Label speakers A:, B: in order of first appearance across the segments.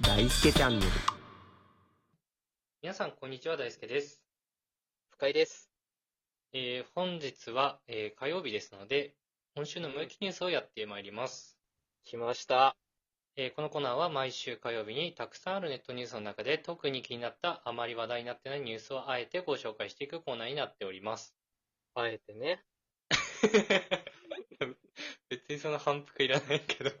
A: 大輔チャンネル
B: 皆さん、こんにちは。大輔です。
C: 深井です。
B: えー本日は、えー火曜日ですので、今週の無益ニュースをやってまいります、
C: 来ました。
B: えーこのコーナーは毎週火曜日にたくさんあるネットニュースの中で特に気になったあまり話題になってないニュースをあえてご紹介していくコーナーになっております。
C: あえてね。
B: 別にその反復いらないけど。
C: い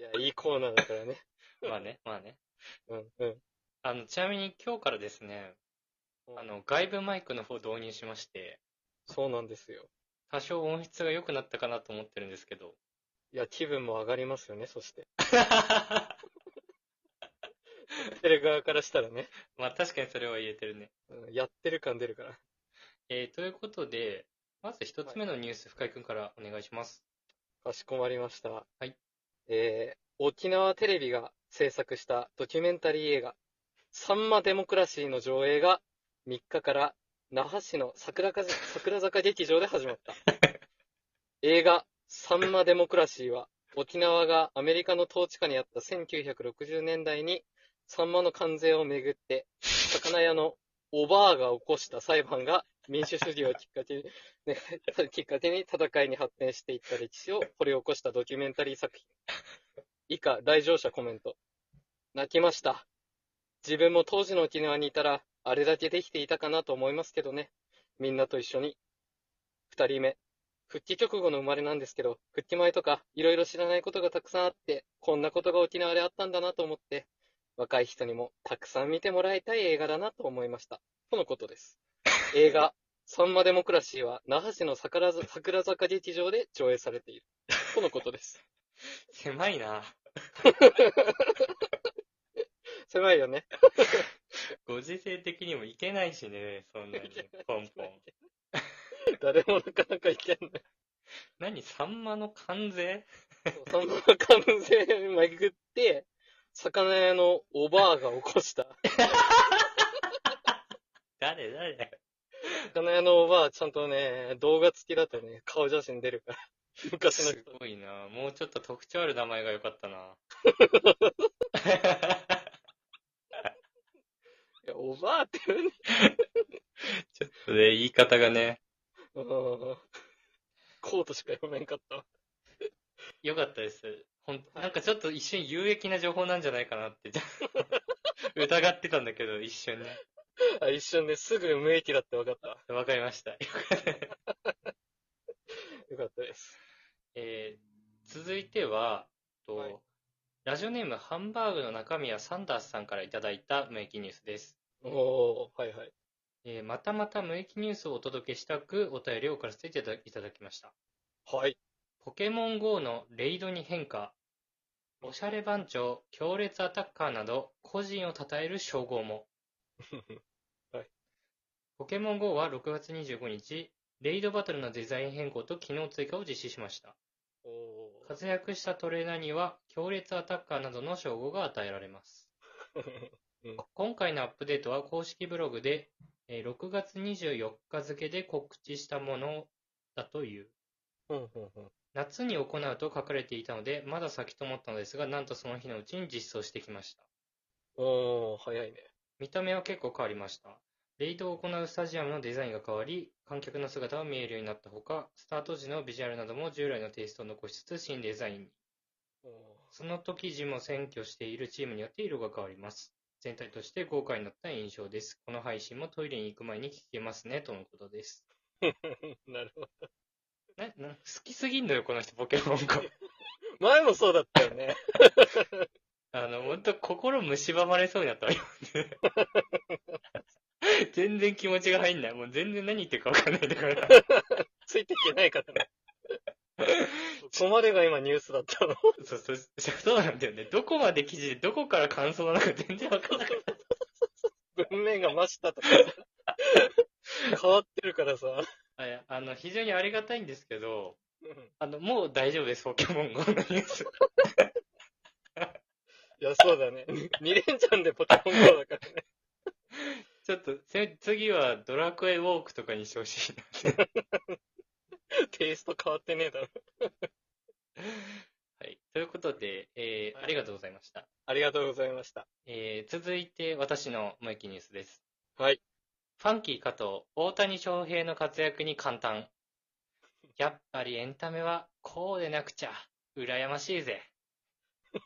C: や、いいコーナーだからね。
B: まあね、まあね。
C: うん、うん。
B: あの、ちなみに今日からですね、あの、外部マイクの方を導入しまして、
C: そうなんですよ。
B: 多少音質が良くなったかなと思ってるんですけ ど。
C: いや、気分も上がりますよね、そして。やってる側からしたらね。
B: まあ確かにそれは言えてるね。
C: うんやってる感出るから。
B: えーということで、まず一つ目のニュース、深井くんからお願いします。
C: かしこまりました。
B: はい。
C: えー、沖縄テレビが制作したドキュメンタリー映画、サンマデモクラシーの上映が3日から那覇市の 桜か桜坂劇場で始まった。映画、サンマデモクラシーは、沖縄がアメリカの統治下にあった1960年代に、サンマの関税をめぐって、魚屋のおばあが起こした裁判が民主主義をきっかけに、ね、 きっかけに戦いに発展していった歴史を掘り起こしたドキュメンタリー作品。以下、来場者コメント。泣きました。自分も当時の沖縄にいたら、あれだけできていたかなと思いますけどね。みんなと一緒に。二人目。復帰直後の生まれなんですけど、復帰前とか、いろいろ知らないことがたくさんあって、こんなことが沖縄であったんだなと思って、若い人にもたくさん見てもらいたい映画だなと思いました。とのことです。映画、サンマデモクラシーは、那覇市の桜ざ桜坂劇場で上映されている。とのことです。
B: 狭いな。
C: 狭いよね。
B: ご時世的にもいけないしね、そ んなに。ポンポン。
C: 誰もなかなかいけない。
B: 何、サンマの関税
C: そんな完全にまぐって、魚屋のおばあが起こした。
B: 誰誰
C: 魚屋のおばあ、ちゃんとね、動画付きだとね、顔写真出るから。 昔の
B: す
C: 人。
B: ごいな。もうちょっと特徴ある名前が良かった な。
C: いやおばあって言うね。
B: ちょっとね、言い方がね。
C: うん。コートしか読めんかったわ。
B: 良かったです。ほんなんかちょっと一瞬有益な情報なんじゃないかなって、 疑ってたんだけど、一瞬ね。
C: あ、一瞬ですぐ無益だって分かったわ。
B: わかりました。
C: よかったです。
B: えー続いては、と
C: はい
B: ラジオネームハンバーグの中身はサンダースさんからいただいた無益ニュースです。
C: おー、はいはい。
B: えーまたまた無益ニュースをお届けしたくお便りを送らせていただいただきました。
C: はい。
B: ポケモン GO のレイドに変化、おしゃれ番長、強烈アタッカーなど個人を称える称号も。ポケモン GO は6月25日、レイドバトルのデザイン変更と機能追加を実施しました。
C: お
B: 活躍したトレーナーには強烈アタッカーなどの称号が与えられます。
C: ー。
B: 今回のアップデートは公式ブログでえー6月24日付で告知したものだという。
C: うんうんうん。
B: 夏に行うと書かれていたので、まだ先と思ったのですが、なんとその日のうちに実装してきました。
C: おー、早いね。
B: 見た目は結構変わりました。レイドを行うスタジアムのデザインが変わり、観客の姿は見えるようになったほか、スタート時のビジュアルなども従来のテイストを残しつつ新デザインに。
C: おー
B: その時時も選挙しているチームによって色が変わります。全体として豪華になった印象です。この配信もトイレに行く前に聞けますね、とのことです。
C: なるほど。
B: な、な、好きすぎんのよ、この人、ポケモン GO。
C: 前もそうだったよね。
B: あの、ほんと、心蝕まれそうになったわよ。 全然気持ちが入んない。もう全然何言ってるかわかんないんだから。
C: ついていけないからね。そこまでが今ニュースだったの。
B: そう、そう、そうなんだよね。どこまで記事で、どこから感想なのか全然わかんない。
C: 文面が増したとか。変わってるからさ。
B: あいやあの、非常にありがたいんですけど、
C: うん
B: あの、もう大丈夫です、ポケモン GO のニュース。
C: いや、そうだね。2連チャンでポケモン GO だからね。
B: ちょっと、せ次はドラクエウォークとかにしてほしいな。
C: テイスト変わってねえだろ。
B: はい。ということで、えー
C: はい
B: ありがとうございました。
C: りがとうございました。
B: えー続いて私の萌きニュースです。
C: はい。
B: ファンキー加藤、大谷翔平の活躍に簡 単。やっぱりエンタメはこうでなくちゃ、羨ましい ぜ。フ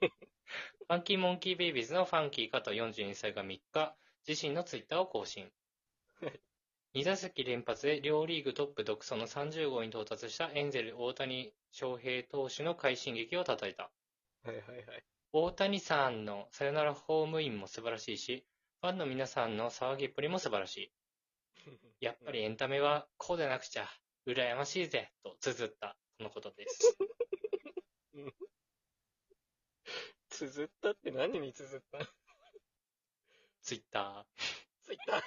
B: ァンキーモンキーベイビーズのファンキー加藤42歳が3日、自身のツイッターを更新
C: はい。
B: 2打席連発で両リーグトップ独走の30号に到達したエンゼル大谷翔平投手の快進撃を叩いた。
C: はいはいはい。
B: 大谷さんのさよならホームインも素晴らしいし、ファンの皆さんの騒ぎっぷりも素晴らしい。やっぱりエンタメはこうでなくちゃ、羨ましいぜ、と綴った、とのことです。
C: 綴ったって何に綴ったの
B: ツイッタ
C: ツイッター。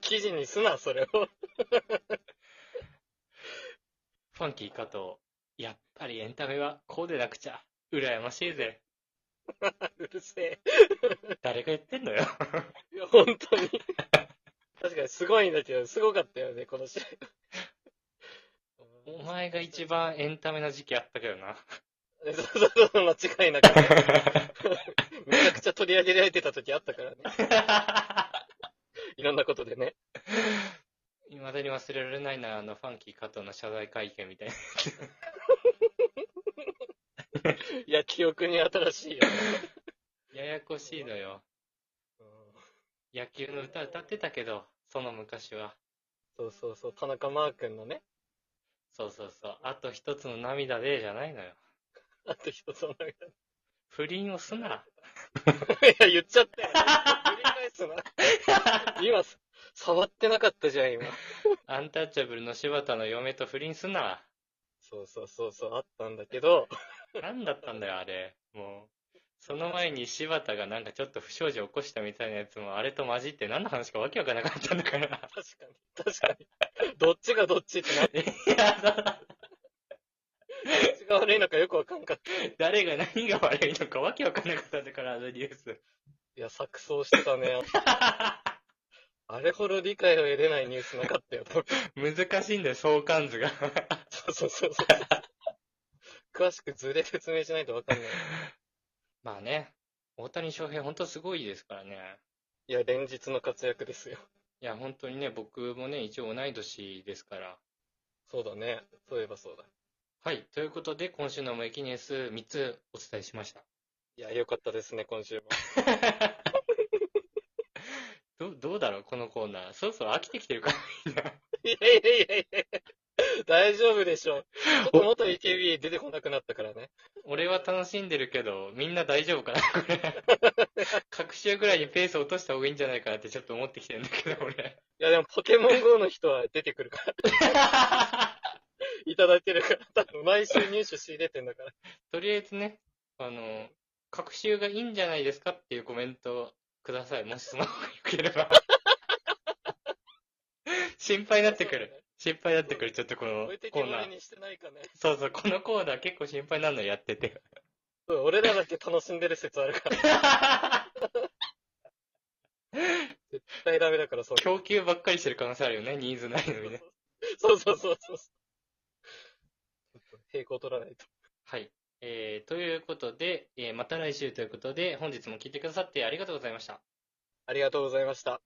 C: 記事にすな、それを。
B: ー、ファンキー加藤、やっぱりエンタメはこうでなくちゃ、羨ましいぜ。
C: うるせえ。
B: 誰が言ってんのよ。
C: いや、本当に。 確かにすごいんだけど、すごかったよね、この試合。
B: お前が一番エンタメな時期あったけどな。
C: そうそうそう、間違いなく。めちゃくちゃ取り上げられてた時あったからね。いろんなことでね。
B: いまだに忘れられないな、あの、ファンキー加藤の謝罪会見みたいな。
C: いや、記憶に新しいよね。
B: ややこしいのよ。野球の歌歌ってたけど、その昔は。
C: そうそうそう、田中マー君のね、
B: そうそうそう。あと一つの涙で、じゃないのよ。
C: あと一つの涙。
B: 不倫をすな。
C: いや、言っちゃったよ。繰り返すな。今、触ってなかったじゃん、今。
B: アンタッチャブルの柴田の嫁と不倫すな。
C: そうそうそう、そうあったんだけど、
B: なんだったんだよ、あれ。もう。その前に柴田がなんかちょっと不祥事起こしたみたいなやつも、あれと混じって何の話かわけわかんなかったんだから。
C: 確かに、確かに。どっちがどっちってな、ど
B: いや、だ
C: っちが悪いのかよくわかんなかった。
B: 誰が何が悪いのかわけわかんなかったんだから、あのニュース。
C: いや、錯綜してたね。あれほど理解を得れないニュースなかったよ、僕。
B: 難しいんだよ、相関図が。
C: そうそうそうそう。詳しく図で説明しないとわかんない。
B: まあね。大谷翔平ほんとすごいですからね。
C: いや、連日の活躍ですよ。
B: いや、本当にね、僕もね、一応同い年ですから。
C: そうだね。そういえばそうだ。
B: はい。ということで、今週の萌え記念数3つお伝えしました。
C: いや、よかったですね、今週も。
B: どう、どうだろうこのコーナー。そろそろ飽きてきてるから。
C: いやいやいやいや大丈夫でしょう。ちょっと元 AKB 出てこなくなったからね。
B: 俺は楽しんでるけど、みんな大丈夫かなこれ。各週ぐらいにペース落とした方がいいんじゃないかなってちょっと思ってきてるんだけど、俺。
C: いや、でもポケモン GO の人は出てくるから、いただけるから、多分毎週入手仕入れてんだから。
B: とりあえずね、あの、各週がいいんじゃないですかっていうコメントをください。もしスマホが良けれ ば。心配になってくる。心配になってくる。ちょっとこ
C: そうだね。
B: の
C: 置いて
B: コ
C: け
B: ーナ
C: ぼり
B: ー。
C: にしてないかね。
B: そうそう、このコーナー結構心配なのやって て。
C: そう俺らだけ楽しんでる説あるから、絶対ダメだから、そう。
B: 供給ばっかりしてる可能性あるよね、ニーズないのにね。
C: そうそうそうそう。平行取らないと。
B: はい。えー、ということで、えーまた来週ということで、本日も聞いてくださってありがとうございました。
C: ありがとうございました。